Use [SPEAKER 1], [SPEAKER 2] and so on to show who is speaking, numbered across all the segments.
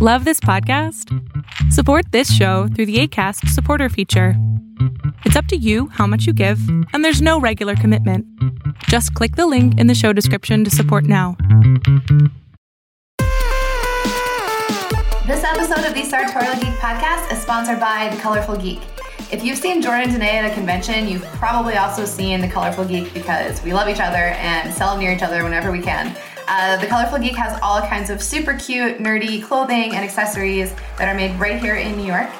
[SPEAKER 1] Love this podcast? Support this show through the ACAST supporter feature. It's up to you how much you give, and there's no regular commitment. Just click the link in the show description to support now.
[SPEAKER 2] This episode of the Sartorial Geek podcast is sponsored by The Colorful Geek. If you've seen Jordan today at a convention, you've probably also seen The Colorful Geek because we love each other and sell near each other whenever we can. Uh, the Colorful Geek has all kinds of super cute, nerdy clothing and accessories that are made right here in New York.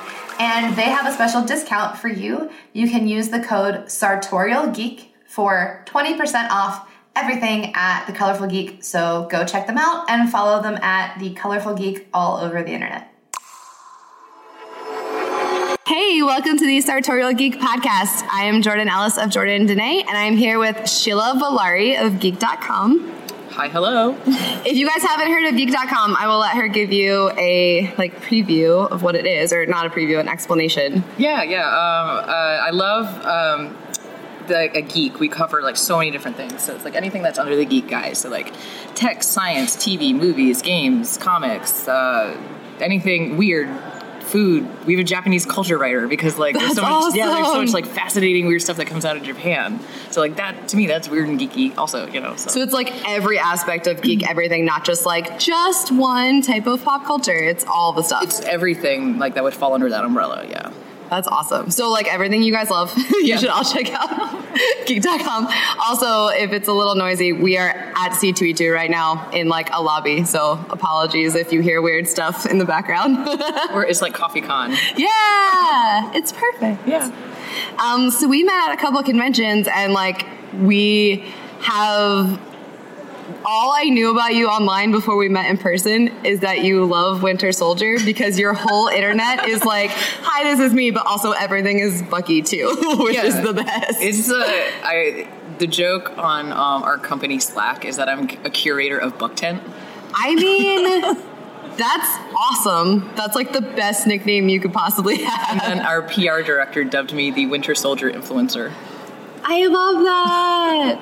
[SPEAKER 2] And they have a special discount for you. You can use the code Sartorial Geek for 20% off everything at The Colorful Geek. So go check them out and follow them at The Colorful Geek all over the internet. Hey, welcome to the Sartorial Geek Podcast. I am Jordan Ellis of Jordan Dene, and I'm here with Sheila Valari of Geek.com.
[SPEAKER 3] Hi, hello.
[SPEAKER 2] If you guys haven't heard of Geek.com, I will let her give you a like preview of what it is, or not a preview, an explanation.
[SPEAKER 3] Yeah, yeah. Um, uh, I love um, the a geek. We cover like so many different things. So it's like anything that's under the geek guys. So like tech, science, TV, movies, games, comics, uh, anything weird. Food. We have a Japanese culture writer because like there's so
[SPEAKER 2] That's
[SPEAKER 3] much yeah, there's so
[SPEAKER 2] awesome.
[SPEAKER 3] much like fascinating weird stuff that comes out of Japan. So like that to me that's weird and geeky also, you know. So,
[SPEAKER 2] So it's like every aspect of geek everything, not just like just one type of pop culture. It's all the stuff.
[SPEAKER 3] it's everything like that would fall under that umbrella, yeah.
[SPEAKER 2] That's awesome. So like everything you guys love, you
[SPEAKER 3] Yeah.
[SPEAKER 2] should all check out geek.com. Also, if it's a little noisy, we are at C2E2 right now in like a lobby. So apologies if you hear weird stuff in the background.
[SPEAKER 3] Or it's like Coffee Con.
[SPEAKER 2] yeah, it's perfect.
[SPEAKER 3] Yeah.
[SPEAKER 2] Um, so we met at a couple of conventions, and like we have all I knew about you online before we met in person is that you love Winter Soldier because your whole internet is like, "Hi, this is me," but also everything is Bucky too, which
[SPEAKER 3] Yeah.
[SPEAKER 2] is the best.
[SPEAKER 3] It's uh, I the joke on um, our company Slack is that I'm a curator of Buck Tent.
[SPEAKER 2] I mean. That's awesome. That's like the best nickname you could possibly have.
[SPEAKER 3] And our PR director dubbed me the Winter Soldier influencer.
[SPEAKER 2] I love that.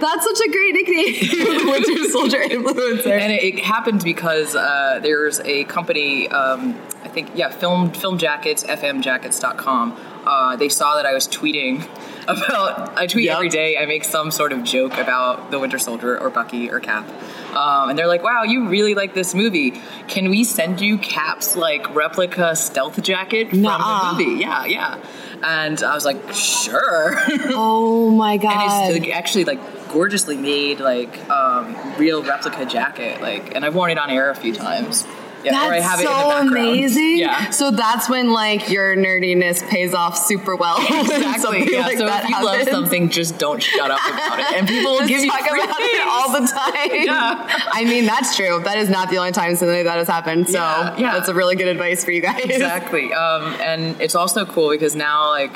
[SPEAKER 2] That's such a great nickname, Winter Soldier influencer.
[SPEAKER 3] And it, it happened because uh, there's a company, um, I think, yeah, film film jackets, fmjackets.com. Uh, they saw that I was tweeting about. I tweet
[SPEAKER 2] Yep.
[SPEAKER 3] every day. I make some sort of joke about the Winter Soldier or Bucky or Cap, um, and they're like, "Wow, you really like this movie? Can we send you Cap's like replica stealth jacket from
[SPEAKER 2] Nuh-uh.
[SPEAKER 3] the movie? Yeah, yeah." And I was like, "Sure."
[SPEAKER 2] Oh my god.
[SPEAKER 3] and it's like, actually like gorgeously made like um, real replica jacket like and i've worn it on air a few times yeah
[SPEAKER 2] that's
[SPEAKER 3] or i
[SPEAKER 2] so
[SPEAKER 3] have it in the background
[SPEAKER 2] amazing.
[SPEAKER 3] yeah
[SPEAKER 2] So that's when like your nerdiness pays off super well. when
[SPEAKER 3] Exactly.
[SPEAKER 2] something
[SPEAKER 3] Yeah.
[SPEAKER 2] like
[SPEAKER 3] so
[SPEAKER 2] that
[SPEAKER 3] if you love
[SPEAKER 2] happens.
[SPEAKER 3] something, just don't shut up about it, and people will
[SPEAKER 2] Just
[SPEAKER 3] give you
[SPEAKER 2] talk
[SPEAKER 3] free
[SPEAKER 2] about
[SPEAKER 3] things.
[SPEAKER 2] it all the time.
[SPEAKER 3] Yeah.
[SPEAKER 2] I mean, that's true. That is not the only time something that has happened. So
[SPEAKER 3] Yeah, yeah.
[SPEAKER 2] that's a really good advice for you guys.
[SPEAKER 3] exactly um, and it's also cool because now like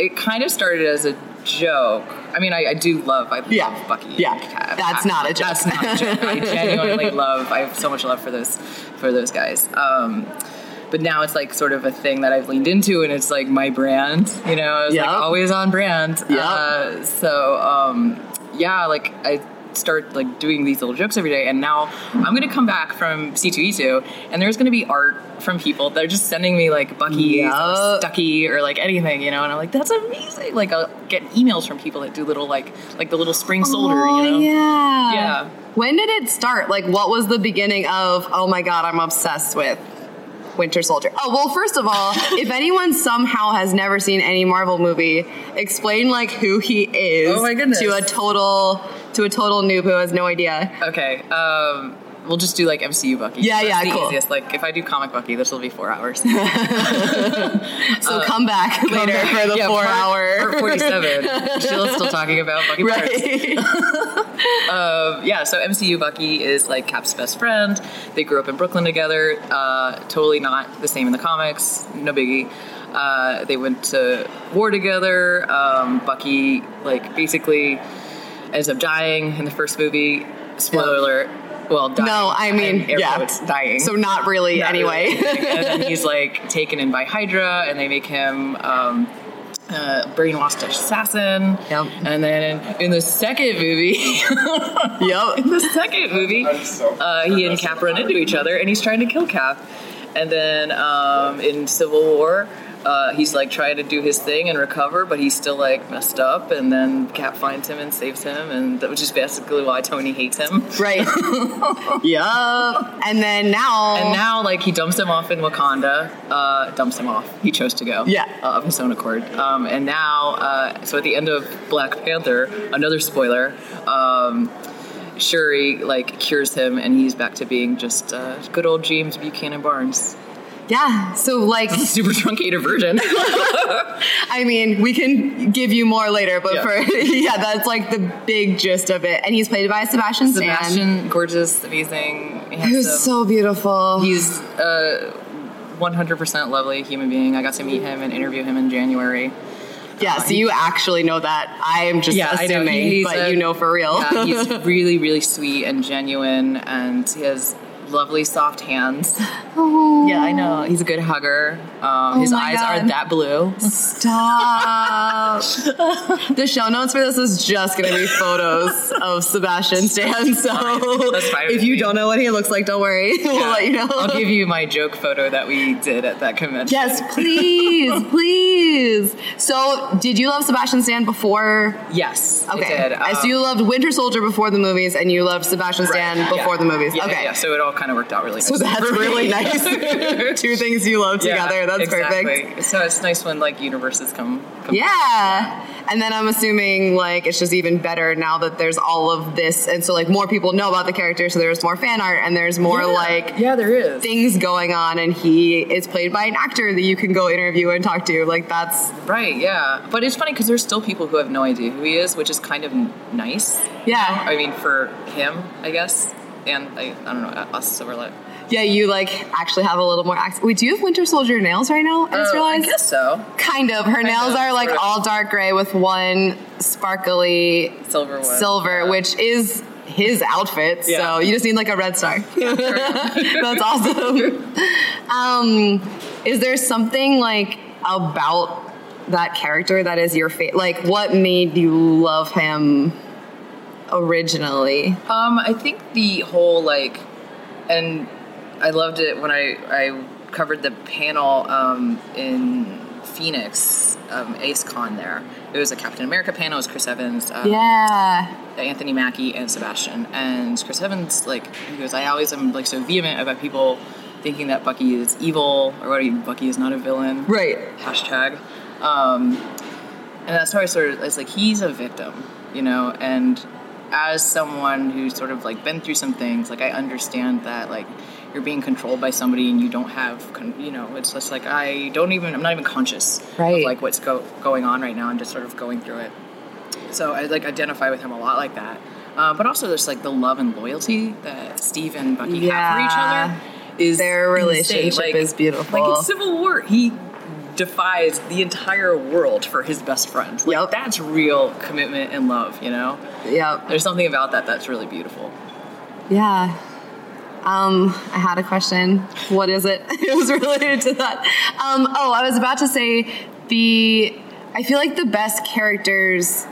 [SPEAKER 3] it kind of started as a joke i mean i, I do love i
[SPEAKER 2] Yeah.
[SPEAKER 3] love bucky
[SPEAKER 2] Yeah.
[SPEAKER 3] and Cap.
[SPEAKER 2] That's not a joke.
[SPEAKER 3] that's not a joke i genuinely love i have so much love for those for those guys um, but now it's like sort of a thing that I've leaned into, and it's like my brand. You know, it's
[SPEAKER 2] Yep.
[SPEAKER 3] like always on brand.
[SPEAKER 2] Yep.
[SPEAKER 3] Uh, so um, yeah, like I start like doing these little jokes every day, and now I'm gonna come back from C2E2, and there's gonna be art from people that are just sending me like Bucky or
[SPEAKER 2] Yup.
[SPEAKER 3] Stucky or like anything, you know, and I'm like, that's amazing. Like I'll get emails from people that do little like like the little spring soldier,
[SPEAKER 2] Oh,
[SPEAKER 3] you know.
[SPEAKER 2] yeah.
[SPEAKER 3] Yeah.
[SPEAKER 2] When did it start? Like, what was the beginning of, oh my God, I'm obsessed with Winter Soldier? Oh, well, first of all, if anyone somehow has never seen any Marvel movie, explain, like, who he is
[SPEAKER 3] Oh my goodness.
[SPEAKER 2] to a total. To a total noob who has no idea.
[SPEAKER 3] Okay. Um, we'll just do like MCU Bucky.
[SPEAKER 2] Yeah,
[SPEAKER 3] That's
[SPEAKER 2] yeah,
[SPEAKER 3] the
[SPEAKER 2] cool.
[SPEAKER 3] easiest. Like if I do comic Bucky, this will be four hours.
[SPEAKER 2] So come back later
[SPEAKER 3] back.
[SPEAKER 2] for the
[SPEAKER 3] Yeah,
[SPEAKER 2] four
[SPEAKER 3] part-
[SPEAKER 2] hour.
[SPEAKER 3] part 47. Sheila's still talking about Bucky Barnes.
[SPEAKER 2] right.
[SPEAKER 3] Um, yeah, so MCU Bucky is like Cap's best friend. They grew up in Brooklyn together. Uh, totally not the same in the comics. No biggie. Uh, they went to war together. Um, Bucky, like, basically ends up dying in the first movie. Spoiler alert. Well, dying.
[SPEAKER 2] No, I mean,
[SPEAKER 3] air
[SPEAKER 2] yeah.
[SPEAKER 3] quotes, dying.
[SPEAKER 2] So not really
[SPEAKER 3] Not
[SPEAKER 2] anyway.
[SPEAKER 3] really. and then he's like taken in by Hydra, and they make him um, uh, brainwashed assassin.
[SPEAKER 4] Yep.
[SPEAKER 3] And then in, in the second movie,
[SPEAKER 4] Yep.
[SPEAKER 3] in the second movie, uh, he and Cap run into each other, and he's trying to kill Cap. And then um, in Civil War, uh, he's like trying to do his thing and recover, but he's still like messed up. And then Cap finds him and saves him, and that, which is basically why Tony hates him.
[SPEAKER 4] Right. yep. And then now.
[SPEAKER 3] And now, like, he dumps him off in Wakanda. Uh, dumps him off. He chose to go.
[SPEAKER 4] Yeah.
[SPEAKER 3] Uh, of his own accord. Um, and now, uh, so at the end of Black Panther, another spoiler, um, Shuri, like, cures him and he's back to being just uh, good old James Buchanan Barnes.
[SPEAKER 4] Yeah. So like,
[SPEAKER 3] Super truncated version.
[SPEAKER 4] I mean, we can give you more later, but
[SPEAKER 3] Yeah.
[SPEAKER 4] for yeah, that's like the big gist of it. And he's played by Sebastian, Stan,
[SPEAKER 3] Sebastian, gorgeous, amazing,
[SPEAKER 4] who's
[SPEAKER 3] handsome.
[SPEAKER 4] so beautiful.
[SPEAKER 3] He's uh, a 100% lovely human being. I got to meet him and interview him in January.
[SPEAKER 4] yeah. So you actually know that. I am just
[SPEAKER 3] I know.
[SPEAKER 4] assuming,
[SPEAKER 3] He's
[SPEAKER 4] but
[SPEAKER 3] a-
[SPEAKER 4] you know for real.
[SPEAKER 3] yeah, Uh, he's really, really sweet and genuine, and he has lovely, soft hands. Yeah, I know. He's a good hugger. Um, his
[SPEAKER 4] Oh my
[SPEAKER 3] eyes
[SPEAKER 4] God.
[SPEAKER 3] are that blue.
[SPEAKER 4] Stop. the show notes for this is just going to be photos of Sebastian Stan. So
[SPEAKER 3] That's fine with
[SPEAKER 4] if you
[SPEAKER 3] me.
[SPEAKER 4] don't know what he looks like, don't worry. we'll let you know.
[SPEAKER 3] I'll give you my joke photo that we did at that convention.
[SPEAKER 4] Yes, please, please. So, did you love Sebastian Stan before?
[SPEAKER 3] Yes. I
[SPEAKER 4] Okay,
[SPEAKER 3] did.
[SPEAKER 4] I- so
[SPEAKER 3] Um,
[SPEAKER 4] you loved Winter Soldier before the movies, and you loved Sebastian
[SPEAKER 3] right,
[SPEAKER 4] Stan before
[SPEAKER 3] yeah.
[SPEAKER 4] the movies.
[SPEAKER 3] Yeah,
[SPEAKER 4] okay,
[SPEAKER 3] Yeah, so it all kind of worked out really
[SPEAKER 4] so
[SPEAKER 3] nicely.
[SPEAKER 4] that's really nice. Two things you love
[SPEAKER 3] Yeah,
[SPEAKER 4] together. that's
[SPEAKER 3] exactly.
[SPEAKER 4] perfect.
[SPEAKER 3] So it's nice when like universes come. come
[SPEAKER 4] Yeah. And then I'm assuming like it's just even better now that there's all of this, and so like more people know about the character, so there's more fan art, and there's more like
[SPEAKER 3] yeah, there is.
[SPEAKER 4] things going on, and he is played by an actor that you can go interview and talk to. Like that's
[SPEAKER 3] Right, yeah. But it's funny because there's still people who have no idea who he is, which is kind of n- nice.
[SPEAKER 4] yeah.
[SPEAKER 3] I mean, for him, I guess. And I, I don't know, uh, us, so we're like.
[SPEAKER 4] Yeah, you like actually have a little more accent. Wait, do you have Winter Soldier nails right now? I just
[SPEAKER 3] Oh,
[SPEAKER 4] realized.
[SPEAKER 3] I guess so.
[SPEAKER 4] Kind of. Her nails
[SPEAKER 3] of,
[SPEAKER 4] are like
[SPEAKER 3] sort of.
[SPEAKER 4] all dark gray with one sparkly
[SPEAKER 3] Silver one,
[SPEAKER 4] silver,
[SPEAKER 3] yeah.
[SPEAKER 4] which is his outfit.
[SPEAKER 3] Yeah.
[SPEAKER 4] So you just need like a red star. That's awesome. um, is there something like about that character that is your favorite? Like, what made you love him originally?
[SPEAKER 3] Um, I think the whole like, and I loved it when I I covered the panel um, in Phoenix, um, Ace Con. There, it was a Captain America panel. It was Chris Evans. Um,
[SPEAKER 4] Yeah.
[SPEAKER 3] Anthony Mackie and Sebastian. And Chris Evans, like, he goes, I always am like so vehement about people thinking that Bucky is evil or what Bucky is not a villain.
[SPEAKER 4] Right.
[SPEAKER 3] Hashtag. Um, and that's how I sort of it's like he's a victim, you know, and as someone who's sort of like been through some things, like I understand that like you're being controlled by somebody and you don't have, con- you know, it's just like I don't even I'm not even conscious of
[SPEAKER 4] Right.
[SPEAKER 3] like what's go- going on right now. I'm just sort of going through it. So I like identify with him a lot like that. Uh, but also there's like the love and loyalty that Steve and Bucky
[SPEAKER 4] Yeah.
[SPEAKER 3] have for each other. Is
[SPEAKER 4] Their
[SPEAKER 3] insane.
[SPEAKER 4] relationship
[SPEAKER 3] Like-
[SPEAKER 4] is beautiful.
[SPEAKER 3] Like in Civil War, he defies the entire world for his best friend. Like
[SPEAKER 4] Yep.
[SPEAKER 3] that's real commitment and love, you know?
[SPEAKER 4] Yep.
[SPEAKER 3] There's something about that that's really beautiful.
[SPEAKER 4] Yeah. Um, I had a question. What is it? it was related to that. Um, oh, I was about to say the. I feel like the best characters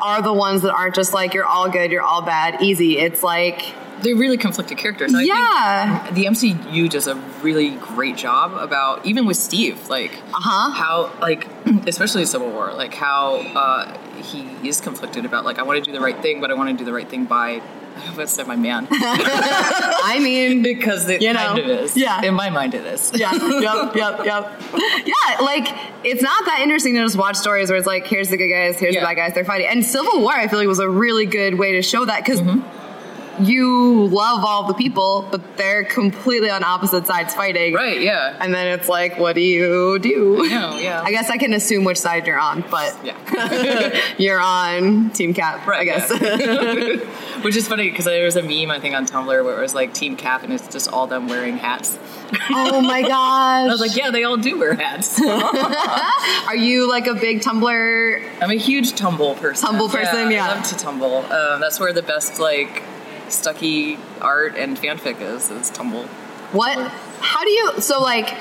[SPEAKER 4] are the ones that aren't just like you're all good, you're all bad, easy. It's like
[SPEAKER 3] They're really conflicted characters. and I think
[SPEAKER 4] yeah,
[SPEAKER 3] the MCU does a really great job about even with Steve, like
[SPEAKER 4] Uh-huh.
[SPEAKER 3] how like especially Civil War, like how uh, he is conflicted about like I want to do the right thing, but I want to do the right thing by I almost said my man
[SPEAKER 4] I mean
[SPEAKER 3] because it
[SPEAKER 4] You know,
[SPEAKER 3] kind of is.
[SPEAKER 4] yeah.
[SPEAKER 3] in my mind it is.
[SPEAKER 4] yeah, yep, yep, yep. Yeah, like it's not that interesting to just watch stories where it's like, here's the good guys, here's
[SPEAKER 3] Yeah.
[SPEAKER 4] the bad guys, they're fighting. And Civil War, I feel like was a really good way to show that because
[SPEAKER 3] Mm-hmm.
[SPEAKER 4] you love all the people, but they're completely on opposite sides fighting.
[SPEAKER 3] Right? Yeah.
[SPEAKER 4] And then it's like, what do you do?
[SPEAKER 3] know, yeah.
[SPEAKER 4] I guess I can assume which side you're on, but
[SPEAKER 3] yeah.
[SPEAKER 4] you're on Team Cap, I
[SPEAKER 3] Right,
[SPEAKER 4] guess.
[SPEAKER 3] Which is funny because there was a meme I think on Tumblr where it was like Team Cap and it's just all them wearing hats.
[SPEAKER 4] oh my gosh.
[SPEAKER 3] I was like, yeah, they all do wear hats.
[SPEAKER 4] Are you like a big Tumblr
[SPEAKER 3] I'm a huge tumble person.
[SPEAKER 4] Tumble person, yeah.
[SPEAKER 3] I love to tumble. Um, that's where the best like stucky art and fanfic is. Is tumble.
[SPEAKER 4] What? How do you? So like,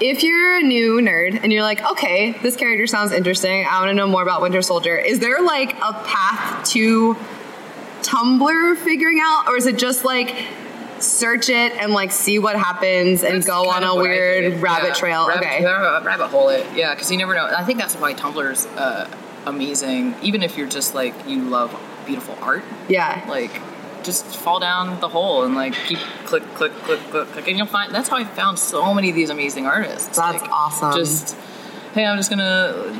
[SPEAKER 4] if you're a new nerd and you're like, okay, this character sounds interesting, I want to know more about Winter Soldier, is there like a path to Tumblr figuring out, or is it just like search it and like see what happens and
[SPEAKER 3] That's
[SPEAKER 4] go on
[SPEAKER 3] kind
[SPEAKER 4] a
[SPEAKER 3] of what I
[SPEAKER 4] weird
[SPEAKER 3] did.
[SPEAKER 4] rabbit
[SPEAKER 3] Yeah.
[SPEAKER 4] trail?
[SPEAKER 3] Rabbit,
[SPEAKER 4] okay.
[SPEAKER 3] rabbit, rabbit hole it. Yeah, because you never know. I think that's why Tumblr's uh, amazing. Even if you're just like you love beautiful art,
[SPEAKER 4] Yeah.
[SPEAKER 3] like just fall down the hole and like keep click click click click click, and you'll find. That's how I found so many of these amazing artists.
[SPEAKER 4] That's
[SPEAKER 3] Like,
[SPEAKER 4] awesome.
[SPEAKER 3] Just hey, I'm just gonna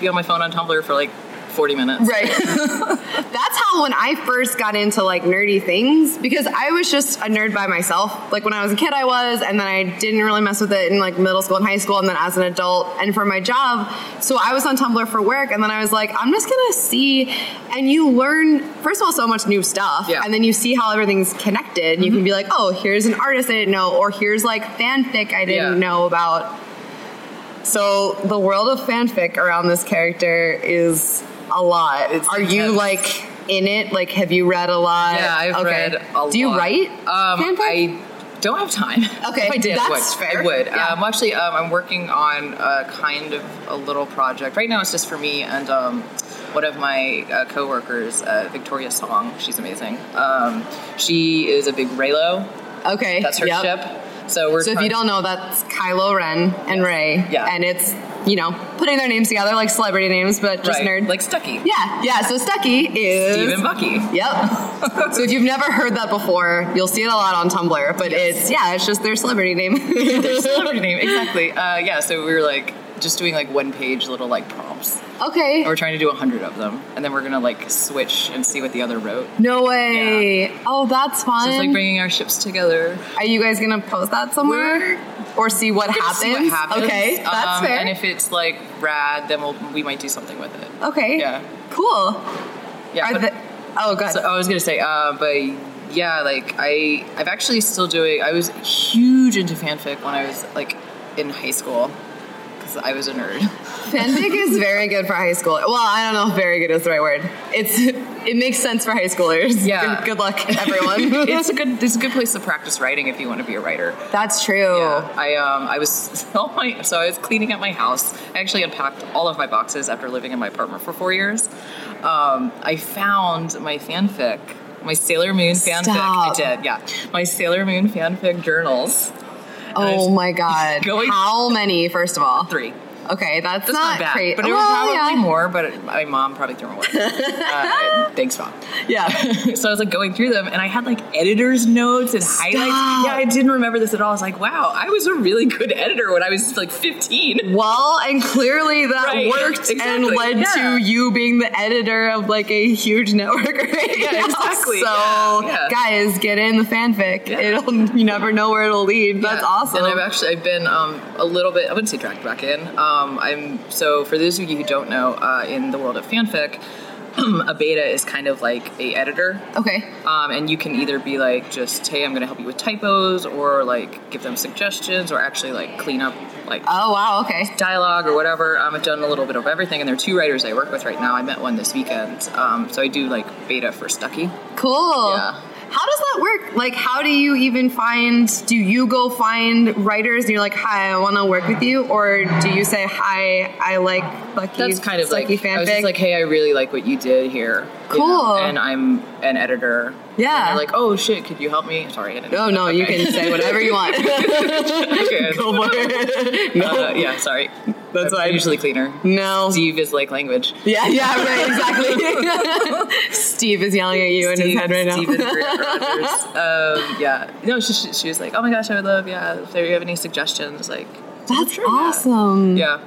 [SPEAKER 3] be on my phone on Tumblr for like 40 minutes.
[SPEAKER 4] Right. That's how when I first got into like nerdy things because I was just a nerd by myself. Like when I was a kid I was and then I didn't really mess with it in like middle school and high school and then as an adult and for my job. So I was on Tumblr for work and then I was like I'm just going to see and you learn first of all so much new stuff
[SPEAKER 3] Yeah. Mm-hmm.
[SPEAKER 4] and then you see how everything's connected. You can be like, "Oh, here's an artist I didn't know or here's like fanfic I didn't
[SPEAKER 3] Yeah.
[SPEAKER 4] know about." So the world of fanfic around this character is a lot.
[SPEAKER 3] It's
[SPEAKER 4] Are you
[SPEAKER 3] intense.
[SPEAKER 4] like in it? Like, have you read a lot?
[SPEAKER 3] Yeah, I've read a lot.
[SPEAKER 4] Uh, Do you write
[SPEAKER 3] um,
[SPEAKER 4] fanfic?
[SPEAKER 3] I don't have time.
[SPEAKER 4] Okay,
[SPEAKER 3] if I did,
[SPEAKER 4] that's
[SPEAKER 3] I would.
[SPEAKER 4] fair.
[SPEAKER 3] I would.
[SPEAKER 4] Yeah.
[SPEAKER 3] Um, actually, um, I'm working on a kind of a little project right now. It's just for me and um, one of my uh, coworkers, uh, Victoria Song. She's amazing. Um, she is a big Raylo.
[SPEAKER 4] okay,
[SPEAKER 3] That's her
[SPEAKER 4] yep.
[SPEAKER 3] ship. So we're
[SPEAKER 4] So if you
[SPEAKER 3] trying-
[SPEAKER 4] don't know, that's Kylo Ren and Ray,
[SPEAKER 3] Yeah.
[SPEAKER 4] and it's you know putting their names together like celebrity names, but just
[SPEAKER 3] right,
[SPEAKER 4] nerd.
[SPEAKER 3] like Stucky,
[SPEAKER 4] yeah, yeah. So Stucky is
[SPEAKER 3] Steve and Bucky.
[SPEAKER 4] Yep. so if you've never heard that before, you'll see it a lot on Tumblr. But
[SPEAKER 3] Yes.
[SPEAKER 4] it's yeah, it's just their celebrity name.
[SPEAKER 3] Celebrity name exactly. Uh, yeah, so we were like just doing like one page little like prompts.
[SPEAKER 4] okay.
[SPEAKER 3] And we're trying to do a hundred of them, and then we're gonna like switch and see what the other wrote.
[SPEAKER 4] No way. Oh, that's fun.
[SPEAKER 3] It's like bringing our ships together.
[SPEAKER 4] Are you guys gonna post that somewhere or see what happens?
[SPEAKER 3] See what happens.
[SPEAKER 4] Okay, that's
[SPEAKER 3] Um,
[SPEAKER 4] fair.
[SPEAKER 3] And if it's like rad, then we'll, we might do something with it.
[SPEAKER 4] okay,
[SPEAKER 3] Yeah.
[SPEAKER 4] cool.
[SPEAKER 3] Yeah.
[SPEAKER 4] Are
[SPEAKER 3] but-
[SPEAKER 4] the, oh, good.
[SPEAKER 3] so I was gonna say, uh, but yeah, like I I've actually still doing. I was huge into fanfic when I was like in high school because I was a nerd.
[SPEAKER 4] Fanfic is very good for high school. Well, I don't know if "very good" is the right word. It's it makes sense for high schoolers.
[SPEAKER 3] Yeah.
[SPEAKER 4] Good, good luck, everyone.
[SPEAKER 3] it's a good it's a good place to practice writing if you want to be a writer.
[SPEAKER 4] that's true.
[SPEAKER 3] Yeah, I um, I was all my so I was cleaning up my house. I actually unpacked all of my boxes after living in my apartment for four years. Um, I found my fanfic, my Sailor Moon fanfic.
[SPEAKER 4] Stop.
[SPEAKER 3] I did, yeah, my Sailor Moon fanfic journals.
[SPEAKER 4] Oh
[SPEAKER 3] was
[SPEAKER 4] my god.
[SPEAKER 3] going-
[SPEAKER 4] How many? First of all,
[SPEAKER 3] Three.
[SPEAKER 4] Okay, that's,
[SPEAKER 3] That's not, bad,
[SPEAKER 4] crazy.
[SPEAKER 3] but it was
[SPEAKER 4] Well,
[SPEAKER 3] probably
[SPEAKER 4] yeah.
[SPEAKER 3] more. But my mom probably threw them away. uh, thanks, mom.
[SPEAKER 4] Yeah.
[SPEAKER 3] so I was like going through them, and I had like editor's notes and highlights. Yeah, I didn't remember this at all. I was like, wow, I was a really good editor when I was like 15.
[SPEAKER 4] Well, and clearly that
[SPEAKER 3] Right,
[SPEAKER 4] worked and
[SPEAKER 3] exactly,
[SPEAKER 4] led
[SPEAKER 3] yeah.
[SPEAKER 4] to you being the editor of like a huge network right
[SPEAKER 3] Yeah,
[SPEAKER 4] now.
[SPEAKER 3] exactly,
[SPEAKER 4] So,
[SPEAKER 3] yeah, yeah.
[SPEAKER 4] guys, get in the fanfic.
[SPEAKER 3] Yeah.
[SPEAKER 4] It'll you never know where it'll lead. That's
[SPEAKER 3] Yeah.
[SPEAKER 4] awesome.
[SPEAKER 3] And I've actually I've been um, a little bit. I wouldn't say dragged back in. Um, I'm so for those of you who don't know, uh, in the world of fanfic, a beta is kind of like a editor.
[SPEAKER 4] okay.
[SPEAKER 3] Um, and you can either be like just hey i'm going to help you with typos or like give them suggestions or actually like clean up like
[SPEAKER 4] Oh wow. Okay.
[SPEAKER 3] dialogue or whatever um, i've done a little bit of everything and there are two writers i work with right now i met one this weekend um, so i do like beta for stucky
[SPEAKER 4] Cool.
[SPEAKER 3] Yeah.
[SPEAKER 4] How does that work? Like, how do you even find? Do you go find writers and you're like, "Hi, I want to work with you," or do you say, "Hi, I like Bucky"?
[SPEAKER 3] that's kind of like
[SPEAKER 4] Bucky
[SPEAKER 3] I was
[SPEAKER 4] fanfic?
[SPEAKER 3] just like, hey, I really like what you did here. you know,
[SPEAKER 4] Cool.
[SPEAKER 3] and I'm an editor.
[SPEAKER 4] Yeah.
[SPEAKER 3] And they're like, oh shit, could you help me? Sorry, I didn't.
[SPEAKER 4] "Oh no, you can say whatever you want."
[SPEAKER 3] Okay.
[SPEAKER 4] Go for it. No.
[SPEAKER 3] Uh, yeah, sorry.
[SPEAKER 4] That's
[SPEAKER 3] I'm
[SPEAKER 4] fine. Mm.
[SPEAKER 3] usually cleaner.
[SPEAKER 4] No.
[SPEAKER 3] Steve is like language.
[SPEAKER 4] Yeah, yeah, right, exactly. Steve is yelling at you in his
[SPEAKER 3] Steve-
[SPEAKER 4] head right now.
[SPEAKER 3] Steve is Grant Rogers. Um, yeah. No, she, she, she was like, oh my gosh, I would love. Yeah. If you have any suggestions, like.
[SPEAKER 4] That's
[SPEAKER 3] Sure, yeah.
[SPEAKER 4] awesome.
[SPEAKER 3] Yeah.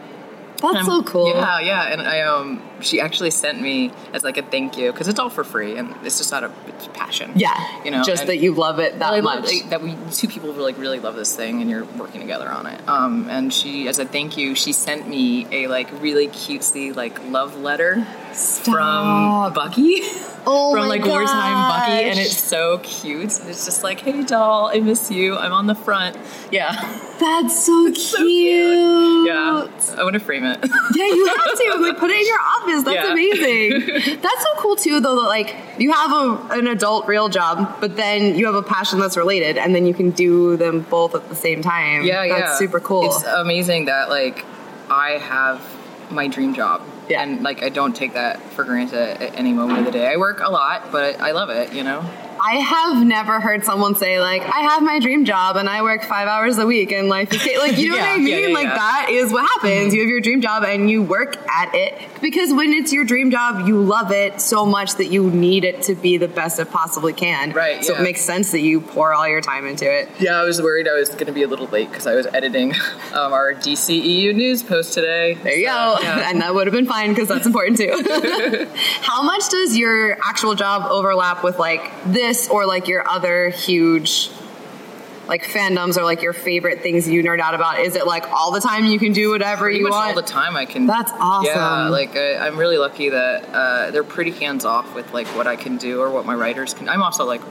[SPEAKER 4] That's so
[SPEAKER 3] Um,
[SPEAKER 4] cool.
[SPEAKER 3] Yeah, yeah. And I um, she actually sent me as like a thank you because it's all for free and it's just out of it's passion.
[SPEAKER 4] Yeah,
[SPEAKER 3] you know,
[SPEAKER 4] just
[SPEAKER 3] and-
[SPEAKER 4] that you love it that
[SPEAKER 3] Well, I love
[SPEAKER 4] much.
[SPEAKER 3] that- that we two people were like really love this thing and you're working together on it. Um, and she, as a thank you, she sent me a like really cutesy like love letter
[SPEAKER 4] Stop.
[SPEAKER 3] from Bucky.
[SPEAKER 4] Oh
[SPEAKER 3] from
[SPEAKER 4] my
[SPEAKER 3] like wartime Bucky, and
[SPEAKER 4] gosh.
[SPEAKER 3] it's so cute. And it's just like, hey doll, I miss you. I'm on the front. Yeah,
[SPEAKER 4] That's so cute.
[SPEAKER 3] yeah. I want to frame it.
[SPEAKER 4] Yeah, you have to. Like, put it in your office. That's
[SPEAKER 3] Yeah.
[SPEAKER 4] amazing. That's so cool too, though. That like you have a, an adult real job, but then you have a passion that's related, and then you can do them both at the same time.
[SPEAKER 3] yeah, yeah.
[SPEAKER 4] that's super cool.
[SPEAKER 3] It's amazing that like I have my dream job.
[SPEAKER 4] Yeah.
[SPEAKER 3] And like I don't take that for granted at any moment of the day. I work a lot, but I love it, you know?
[SPEAKER 4] I have never heard someone say like, "I have my dream job and I work five hours a week and life is great." like you know
[SPEAKER 3] Yeah,
[SPEAKER 4] what I
[SPEAKER 3] yeah,
[SPEAKER 4] mean.
[SPEAKER 3] yeah,
[SPEAKER 4] like
[SPEAKER 3] yeah. Mm-hmm.
[SPEAKER 4] that is what happens. You have your dream job and you work at it because when it's your dream job, you love it so much that you need it to be the best it possibly can.
[SPEAKER 3] Right,
[SPEAKER 4] So
[SPEAKER 3] yeah.
[SPEAKER 4] it makes sense that you pour all your time into it.
[SPEAKER 3] Yeah, I was worried I was going to be a little late because I was editing um, our DCEU news post today.
[SPEAKER 4] There you go. And that would have been fine because that's important too. How much does your actual job overlap with like this or like your other huge like fandoms or like your favorite things you nerd out about? Is it like all the time you can do whatever
[SPEAKER 3] Pretty
[SPEAKER 4] you
[SPEAKER 3] much
[SPEAKER 4] want?
[SPEAKER 3] all the time I can.
[SPEAKER 4] That's awesome.
[SPEAKER 3] Yeah, like I, I'm really lucky that uh, they're pretty hands off with like what I can do or what my writers can. I'm also like,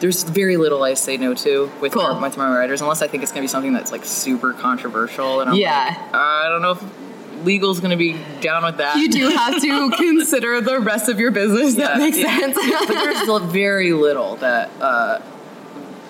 [SPEAKER 3] there's very little I say no to with
[SPEAKER 4] Cool.
[SPEAKER 3] my, with my writers unless I think it's gonna be something that's like super controversial and I'm
[SPEAKER 4] Yeah.
[SPEAKER 3] like, I don't know if legal's gonna be down with that.
[SPEAKER 4] you do have to consider the rest of your business. that
[SPEAKER 3] Yeah,
[SPEAKER 4] makes
[SPEAKER 3] yeah.
[SPEAKER 4] sense.
[SPEAKER 3] but there's still very little that uh,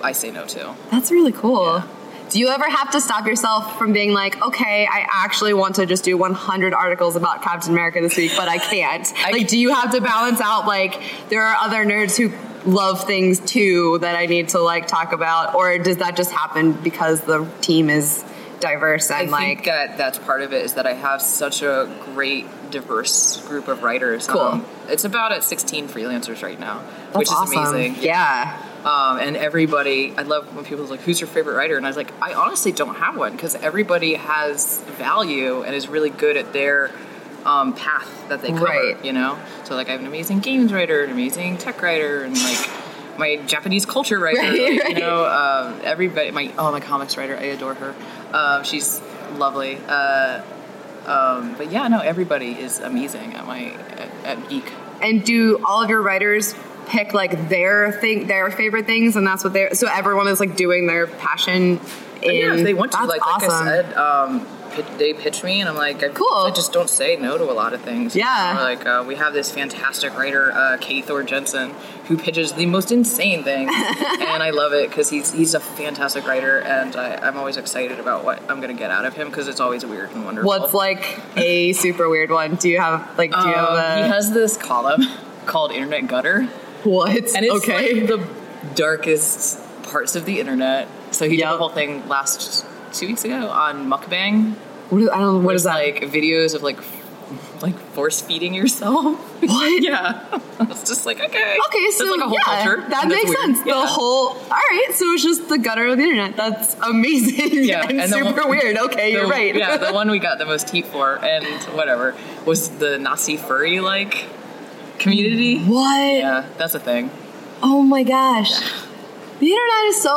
[SPEAKER 3] I say no to.
[SPEAKER 4] That's really cool. Do you ever have to stop yourself from being like, okay, I actually want to just do 100 articles about Captain America this week, but I can't? like, do you have to balance out, like, there are other nerds who love things too that I need to, like, talk about? Or does that just happen because the team is diverse and,
[SPEAKER 3] I think
[SPEAKER 4] like,
[SPEAKER 3] that that's part of it is that I have such a great diverse group of writers. Um,
[SPEAKER 4] Cool.
[SPEAKER 3] it's about at 16 freelancers right now,
[SPEAKER 4] that's
[SPEAKER 3] which is
[SPEAKER 4] awesome.
[SPEAKER 3] amazing.
[SPEAKER 4] Yeah.
[SPEAKER 3] Um, and everybody, I love when people's like, "Who's your favorite writer?" And I was like, "I honestly don't have one because everybody has value and is really good at their um, path that they cover."
[SPEAKER 4] Right.
[SPEAKER 3] You know, so like I have an amazing games writer, an amazing tech writer, and like my Japanese culture writer.
[SPEAKER 4] Right,
[SPEAKER 3] like,
[SPEAKER 4] right.
[SPEAKER 3] You know, um, everybody. My oh, my comics writer, I adore her. Um, she's lovely. Uh, um, but yeah, no, everybody is amazing at my at, at Geek.
[SPEAKER 4] And do all of your writers pick like their thing, their favorite things, and that's what they're so everyone is like doing their passion. In,
[SPEAKER 3] Uh, yeah, if they want to,
[SPEAKER 4] that's
[SPEAKER 3] like,
[SPEAKER 4] awesome.
[SPEAKER 3] like I said, um, pit, they pitch me, and I'm like, I,
[SPEAKER 4] Cool.
[SPEAKER 3] I just don't say no to a lot of things.
[SPEAKER 4] Yeah.
[SPEAKER 3] like uh, we have this fantastic writer, uh, Kay Thor Jensen, who pitches the most insane things, and I love it because he's he's a fantastic writer, and I, I'm always excited about what I'm gonna get out of him because it's always weird and wonderful.
[SPEAKER 4] What's like a super weird one? Do you have like do you have
[SPEAKER 3] Um,
[SPEAKER 4] a
[SPEAKER 3] he has this column called Internet Gutter.
[SPEAKER 4] what?
[SPEAKER 3] And it's
[SPEAKER 4] okay.
[SPEAKER 3] like the darkest parts of the internet. So he did
[SPEAKER 4] Yep.
[SPEAKER 3] a whole thing last two weeks ago on mukbang.
[SPEAKER 4] what is, I don't know what is
[SPEAKER 3] There's,
[SPEAKER 4] that?
[SPEAKER 3] like videos of like f- like force feeding yourself.
[SPEAKER 4] what?
[SPEAKER 3] yeah. it's just like okay.
[SPEAKER 4] Okay,
[SPEAKER 3] That's
[SPEAKER 4] so
[SPEAKER 3] like a whole
[SPEAKER 4] yeah,
[SPEAKER 3] culture.
[SPEAKER 4] that
[SPEAKER 3] and that's
[SPEAKER 4] makes
[SPEAKER 3] weird.
[SPEAKER 4] sense.
[SPEAKER 3] Yeah.
[SPEAKER 4] The whole all right, so it's just the gutter of the internet. That's amazing.
[SPEAKER 3] Yeah,
[SPEAKER 4] and,
[SPEAKER 3] and the
[SPEAKER 4] super
[SPEAKER 3] one-
[SPEAKER 4] weird. Okay,
[SPEAKER 3] the-
[SPEAKER 4] you're right.
[SPEAKER 3] yeah, the one we got the most heat for and whatever was the Nazi furry like community.
[SPEAKER 4] what?
[SPEAKER 3] Yeah, that's a thing.
[SPEAKER 4] Oh my gosh. The internet is so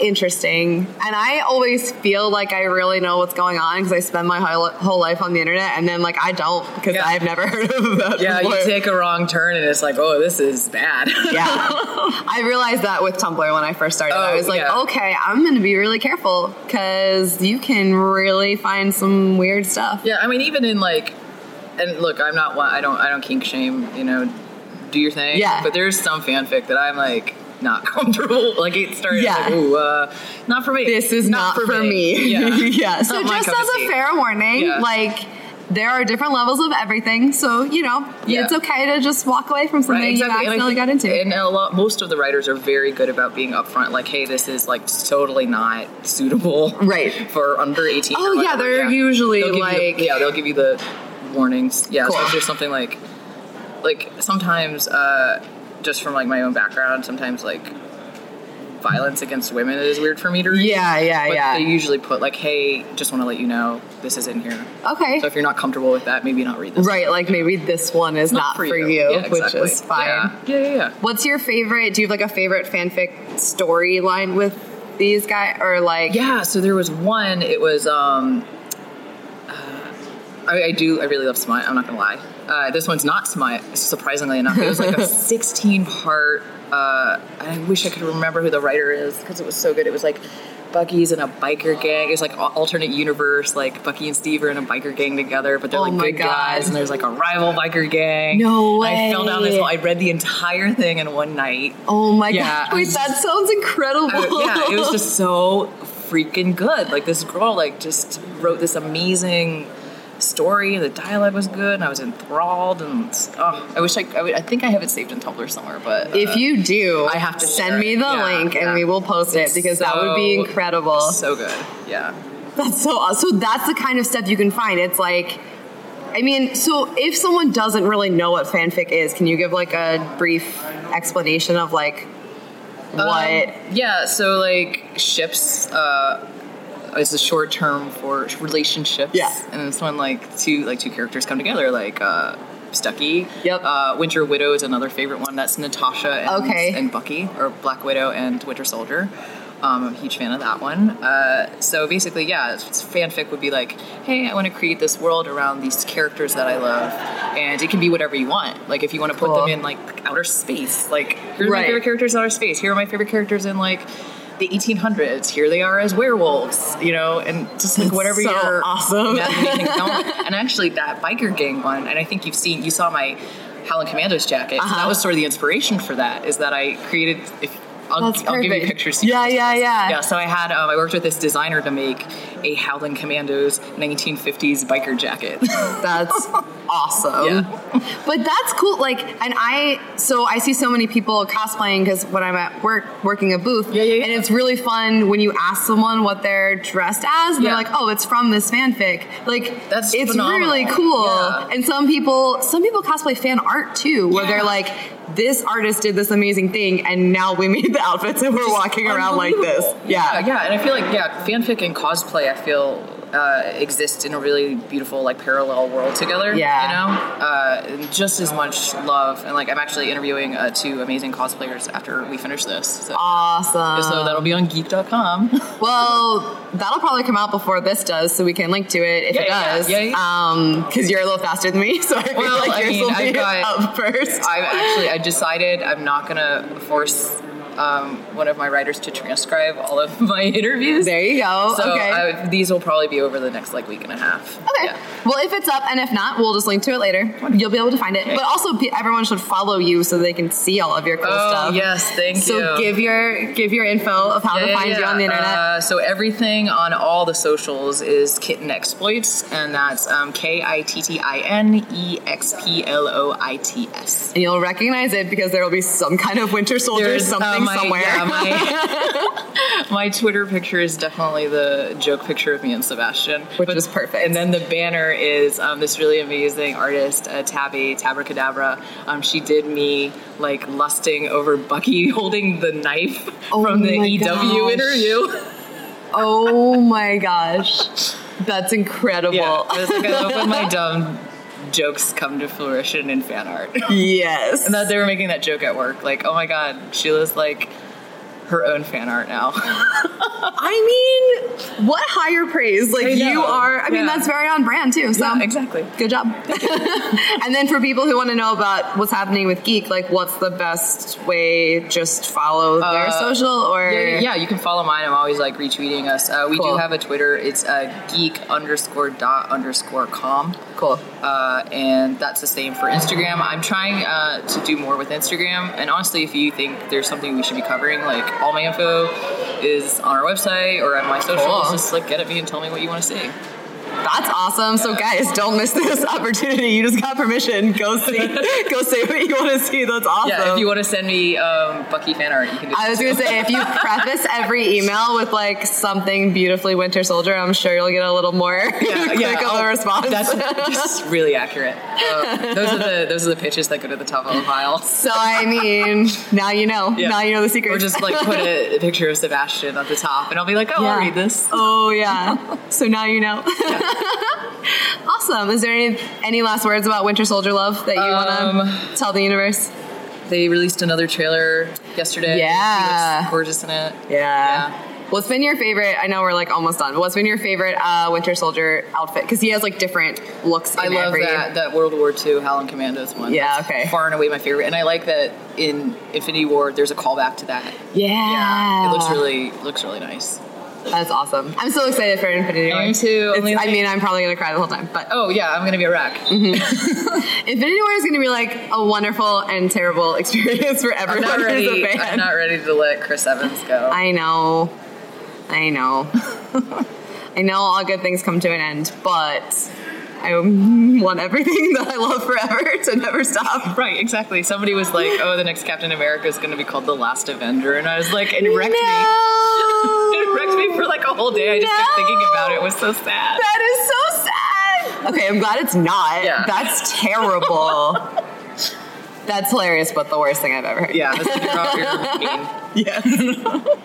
[SPEAKER 4] interesting. And I always feel like I really know what's going on because I spend my whole, whole life on the internet and then, like, I don't because
[SPEAKER 3] Yeah.
[SPEAKER 4] I've never heard of that.
[SPEAKER 3] Yeah,
[SPEAKER 4] before.
[SPEAKER 3] you take a wrong turn and it's like, oh, this is bad.
[SPEAKER 4] Yeah. I realized that with Tumblr when I first started. I
[SPEAKER 3] Oh,
[SPEAKER 4] was like,
[SPEAKER 3] yeah.
[SPEAKER 4] okay, I'm going to be really careful because you can really find some weird stuff.
[SPEAKER 3] Yeah, I mean, even in like, and look, I'm not one. I don't. I don't kink shame. You know, do your thing.
[SPEAKER 4] Yeah.
[SPEAKER 3] But there's some fanfic that I'm like not comfortable. Like it started.
[SPEAKER 4] Yeah.
[SPEAKER 3] Yeah. Like, Ooh, uh, not for me.
[SPEAKER 4] This is not, for, me.
[SPEAKER 3] Yeah.
[SPEAKER 4] So
[SPEAKER 3] Not my
[SPEAKER 4] just
[SPEAKER 3] cup of
[SPEAKER 4] as a
[SPEAKER 3] tea.
[SPEAKER 4] fair warning,
[SPEAKER 3] Yeah.
[SPEAKER 4] like there are different levels of everything. So you know,
[SPEAKER 3] Yeah.
[SPEAKER 4] it's okay to just walk away from something
[SPEAKER 3] Right, exactly. And
[SPEAKER 4] you
[SPEAKER 3] I
[SPEAKER 4] accidentally
[SPEAKER 3] think-
[SPEAKER 4] got into.
[SPEAKER 3] And a lot, most of the writers are very good about being upfront, like, "Hey, this is like totally not suitable,
[SPEAKER 4] Right.
[SPEAKER 3] for under eighteen. or
[SPEAKER 4] Oh, yeah,
[SPEAKER 3] whatever.
[SPEAKER 4] they're usually,
[SPEAKER 3] They'll give you the-
[SPEAKER 4] like-
[SPEAKER 3] yeah, they'll give you the warnings. Yeah,
[SPEAKER 4] Cool.
[SPEAKER 3] so if there's something like, like sometimes, uh, just from like my own background, sometimes like violence against women is weird for me to read.
[SPEAKER 4] yeah, yeah,
[SPEAKER 3] But
[SPEAKER 4] yeah.
[SPEAKER 3] they usually put like, "Hey, just want to let you know this is in here."
[SPEAKER 4] okay.
[SPEAKER 3] So if you're not comfortable with that, maybe not read this.
[SPEAKER 4] right. Like maybe this one is not, for you,
[SPEAKER 3] Yeah,
[SPEAKER 4] which
[SPEAKER 3] exactly.
[SPEAKER 4] is fine.
[SPEAKER 3] Yeah, yeah, yeah. yeah.
[SPEAKER 4] What's your favorite? Do you have like a favorite fanfic storyline with these guys, or like
[SPEAKER 3] Yeah, so there was one. It was um, uh, I, I do. I really love Smut. I'm not gonna lie. Uh, this one's not Smut, surprisingly enough. It was like a 16 part. Uh, I wish I could remember who the writer is because it was so good. It was like Bucky's and a biker gang. It's like al- alternate universe. Like Bucky and Steve are in a biker gang together, but they're
[SPEAKER 4] Oh
[SPEAKER 3] like
[SPEAKER 4] my
[SPEAKER 3] good
[SPEAKER 4] God.
[SPEAKER 3] guys, and there's like a rival biker gang.
[SPEAKER 4] No
[SPEAKER 3] And I fell down this.
[SPEAKER 4] way.
[SPEAKER 3] hole. I read the entire thing in one night.
[SPEAKER 4] Oh my
[SPEAKER 3] Yeah,
[SPEAKER 4] god! Wait,
[SPEAKER 3] I'm-
[SPEAKER 4] that sounds incredible.
[SPEAKER 3] Uh, yeah, it was just so freaking good. Like this girl, like just wrote this amazing story. The dialogue was good, and I was enthralled. And oh, I wish I, I, would- I think I have it saved in Tumblr somewhere. But uh,
[SPEAKER 4] If you do,
[SPEAKER 3] I have to
[SPEAKER 4] send
[SPEAKER 3] share
[SPEAKER 4] me
[SPEAKER 3] it.
[SPEAKER 4] the
[SPEAKER 3] Yeah,
[SPEAKER 4] link and
[SPEAKER 3] yeah.
[SPEAKER 4] we will post it because that would be
[SPEAKER 3] so-
[SPEAKER 4] incredible.
[SPEAKER 3] so good, yeah.
[SPEAKER 4] That's so awesome. So that's the kind of stuff you can find. It's like, I mean, so if someone doesn't really know what fanfic is, can you give like a brief explanation of like what?
[SPEAKER 3] Um, yeah, so like ships uh, is a short term for relationships.
[SPEAKER 4] Yeah.
[SPEAKER 3] and it's when like two like two characters come together, like uh, Stucky.
[SPEAKER 4] Yep.
[SPEAKER 3] Uh, Winter Widow is another favorite one. That's Natasha and,
[SPEAKER 4] Okay.
[SPEAKER 3] and Bucky, or Black Widow and Winter Soldier. Um, I'm a huge fan of that one. Uh, so basically, yeah, it's, it's fanfic would be like, hey, I want to create this world around these characters that I love, and it can be whatever you want. Like if you want to put
[SPEAKER 4] Cool.
[SPEAKER 3] them in like outer space, like here's
[SPEAKER 4] Right.
[SPEAKER 3] my favorite characters in outer space. Here are my favorite characters in like the 1800s. Here they are as werewolves, you know, and just like whatever
[SPEAKER 4] so
[SPEAKER 3] your
[SPEAKER 4] awesome.
[SPEAKER 3] imagination comes. and actually, that biker gang one, and I think you've seen, you saw my Howlin' Commandos jacket. So
[SPEAKER 4] Uh-huh.
[SPEAKER 3] that was sort of the inspiration for that. Is that I created. If, I'll,
[SPEAKER 4] That's
[SPEAKER 3] I'll give you
[SPEAKER 4] perfect.
[SPEAKER 3] pictures.
[SPEAKER 4] Yeah, yeah, yeah.
[SPEAKER 3] Yeah, so I had um, I worked with this designer to make a Howlin' Commandos 1950s biker jacket. Oh,
[SPEAKER 4] That's awesome. But that's cool. Like, and I, so I see so many people cosplaying because when I'm at work, working a booth,
[SPEAKER 3] Yeah, yeah, yeah.
[SPEAKER 4] and it's really fun when you ask someone what they're dressed as, and
[SPEAKER 3] Yeah.
[SPEAKER 4] they're like, oh, it's from this fanfic. Like,
[SPEAKER 3] That's
[SPEAKER 4] it's
[SPEAKER 3] phenomenal.
[SPEAKER 4] really cool.
[SPEAKER 3] Yeah.
[SPEAKER 4] And some people, some people cosplay fan art too, where they're
[SPEAKER 3] Yeah.
[SPEAKER 4] like, this artist did this amazing thing, and now we made the outfits and we're walking around like this.
[SPEAKER 3] Unbelievable.
[SPEAKER 4] Yeah.
[SPEAKER 3] Uh, yeah, yeah, and I feel like yeah, fanfic and cosplay, I feel uh, exist in a really beautiful like parallel world together.
[SPEAKER 4] Yeah.
[SPEAKER 3] you know, uh, and just as much love, and like I'm actually interviewing uh, two amazing cosplayers after we finish this. So.
[SPEAKER 4] Awesome.
[SPEAKER 3] so that'll be on geek.com.
[SPEAKER 4] Well, that'll probably come out before this does, so we can link to it if
[SPEAKER 3] Yeah,
[SPEAKER 4] it
[SPEAKER 3] yeah,
[SPEAKER 4] does.
[SPEAKER 3] yeah, yeah.
[SPEAKER 4] because you're a little faster than me, so I feel
[SPEAKER 3] Well,
[SPEAKER 4] like
[SPEAKER 3] I
[SPEAKER 4] yours
[SPEAKER 3] mean,
[SPEAKER 4] will be
[SPEAKER 3] I've got-
[SPEAKER 4] up first.
[SPEAKER 3] I've actually I've decided I'm not gonna force um, one of my writers to transcribe all of my interviews.
[SPEAKER 4] there you go.
[SPEAKER 3] So
[SPEAKER 4] okay.
[SPEAKER 3] I, these will probably be over the next like week and a half.
[SPEAKER 4] Okay.
[SPEAKER 3] Yeah.
[SPEAKER 4] Well, if it's up, and if not, we'll just link to it later. You'll be able to find it. But also, pe- everyone should follow you so they can see all of your cool
[SPEAKER 3] Oh,
[SPEAKER 4] stuff.
[SPEAKER 3] yes, thank
[SPEAKER 4] So
[SPEAKER 3] you.
[SPEAKER 4] give your give your info of how to
[SPEAKER 3] Yeah,
[SPEAKER 4] find
[SPEAKER 3] yeah,
[SPEAKER 4] you on the internet.
[SPEAKER 3] Uh, so everything on all the socials is Kitten Exploits, and that's um, K I T T I N E X P L O I T S.
[SPEAKER 4] and you'll recognize it because there will be some kind of Winter Soldier something
[SPEAKER 3] uh, my,
[SPEAKER 4] somewhere.
[SPEAKER 3] yeah, my, my Twitter picture is definitely the joke picture of me and Sebastian,
[SPEAKER 4] Which is perfect.
[SPEAKER 3] And then the banner is um, this really amazing artist, uh, Tabby Tabracadabra. Um, she did me like lusting over Bucky holding the knife
[SPEAKER 4] Oh
[SPEAKER 3] from the
[SPEAKER 4] my
[SPEAKER 3] EW
[SPEAKER 4] gosh.
[SPEAKER 3] interview.
[SPEAKER 4] oh my gosh, that's incredible.
[SPEAKER 3] Yeah, it's like I love when my dumb jokes come to fruition in fan art.
[SPEAKER 4] Yes.
[SPEAKER 3] That they were making that joke at work, like, oh my god, Sheila's like her own fan art now.
[SPEAKER 4] I mean, what higher praise? Like
[SPEAKER 3] I know.
[SPEAKER 4] you are. I mean,
[SPEAKER 3] Yeah.
[SPEAKER 4] that's very on brand too. So
[SPEAKER 3] Um, exactly.
[SPEAKER 4] good job. and then for people who want to know about what's happening with Geek, like what's the best way? Just follow their social or
[SPEAKER 3] Uh, Yeah, yeah, you can follow mine. I'm always like retweeting us. Uh, we
[SPEAKER 4] Cool.
[SPEAKER 3] do have a Twitter. It's uh, geek underscore dot underscore com.
[SPEAKER 4] cool.
[SPEAKER 3] uh, and that's the same for Instagram. I'm trying uh, to do more with Instagram, and honestly, if you think there's something we should be covering, like all my info is on our website or on my socials.
[SPEAKER 4] Cool.
[SPEAKER 3] Just like get at me and tell me what you want to see.
[SPEAKER 4] That's awesome. So guys, don't miss this opportunity. You just got permission. Go see. go say what you want to see. That's awesome.
[SPEAKER 3] Yeah, if you want to send me um, Bucky fan art, you can. Do
[SPEAKER 4] I was gonna say if you preface every email with like something beautifully Winter Soldier, I'm sure you'll get a little more click on the
[SPEAKER 3] oh,
[SPEAKER 4] response.
[SPEAKER 3] That's just really accurate. Uh, those are the those are the pitches that go to the top of the pile.
[SPEAKER 4] So I mean, now you know.
[SPEAKER 3] Yeah.
[SPEAKER 4] Now you know the secret.
[SPEAKER 3] Or just like put a, a picture of Sebastian at the top, and I'll be like, oh, I'll
[SPEAKER 4] Yeah.
[SPEAKER 3] read this.
[SPEAKER 4] Oh yeah. So now you know. awesome. Is there any any last words about Winter Soldier love that you want
[SPEAKER 3] Um,
[SPEAKER 4] to tell the universe?
[SPEAKER 3] They released another trailer yesterday.
[SPEAKER 4] Yeah.
[SPEAKER 3] He looks gorgeous in it.
[SPEAKER 4] Yeah.
[SPEAKER 3] Yeah.
[SPEAKER 4] What's been your favorite? I know we're like almost done. What's been your favorite uh, Winter Soldier outfit? Because he has like different looks. In
[SPEAKER 3] I love
[SPEAKER 4] every,
[SPEAKER 3] that that World War II Howling Commandos one.
[SPEAKER 4] Yeah,
[SPEAKER 3] That's
[SPEAKER 4] okay.
[SPEAKER 3] Far and away my favorite, and I like that in Infinity War. There's a callback to that.
[SPEAKER 4] Yeah.
[SPEAKER 3] it looks really looks really nice.
[SPEAKER 4] That's awesome. I'm so excited for Infinity War.
[SPEAKER 3] I am too,
[SPEAKER 4] It's-
[SPEAKER 3] only
[SPEAKER 4] I
[SPEAKER 3] like-
[SPEAKER 4] mean, I'm probably gonna cry the whole time, but
[SPEAKER 3] Oh yeah, I'm gonna be a wreck.
[SPEAKER 4] Infinity War is gonna be like a wonderful and terrible experience for
[SPEAKER 3] I'm
[SPEAKER 4] everyone
[SPEAKER 3] not
[SPEAKER 4] who's
[SPEAKER 3] ready.
[SPEAKER 4] Mm-hmm. a fan.
[SPEAKER 3] I'm not ready to let Chris Evans go.
[SPEAKER 4] I know. I know. I know all good things come to an end, but I want everything that I love forever to never stop.
[SPEAKER 3] Right, exactly. Somebody was like, "Oh, the next Captain America is going to be called the Last Avenger," and I was like, "It wrecked me. It wrecked me for like a whole day. I just kept
[SPEAKER 4] No.
[SPEAKER 3] thinking about it. It was so sad."
[SPEAKER 4] That is so sad. Okay, I'm glad it's not.
[SPEAKER 3] Yeah.
[SPEAKER 4] That's terrible. That's hilarious, but the worst thing I've ever heard.
[SPEAKER 3] Yeah, that's gonna drop your Yeah.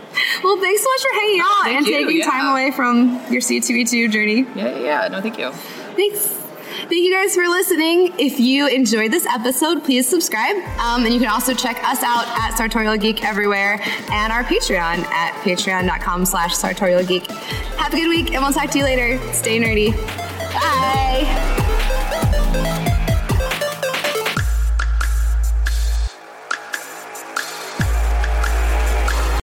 [SPEAKER 4] Well, thanks so much for hanging out
[SPEAKER 3] Thank
[SPEAKER 4] and
[SPEAKER 3] you,
[SPEAKER 4] taking
[SPEAKER 3] yeah.
[SPEAKER 4] time away from your C2E2 journey.
[SPEAKER 3] Yeah, yeah. No, thank you.
[SPEAKER 4] Thanks. Thank you guys for listening. If you enjoyed this episode, please subscribe. Um, and you can also check us out at Sartorial Geek everywhere and our Patreon at patreon.com slash sartorial geek. Have a good week and we'll talk to you later. Stay nerdy. Bye.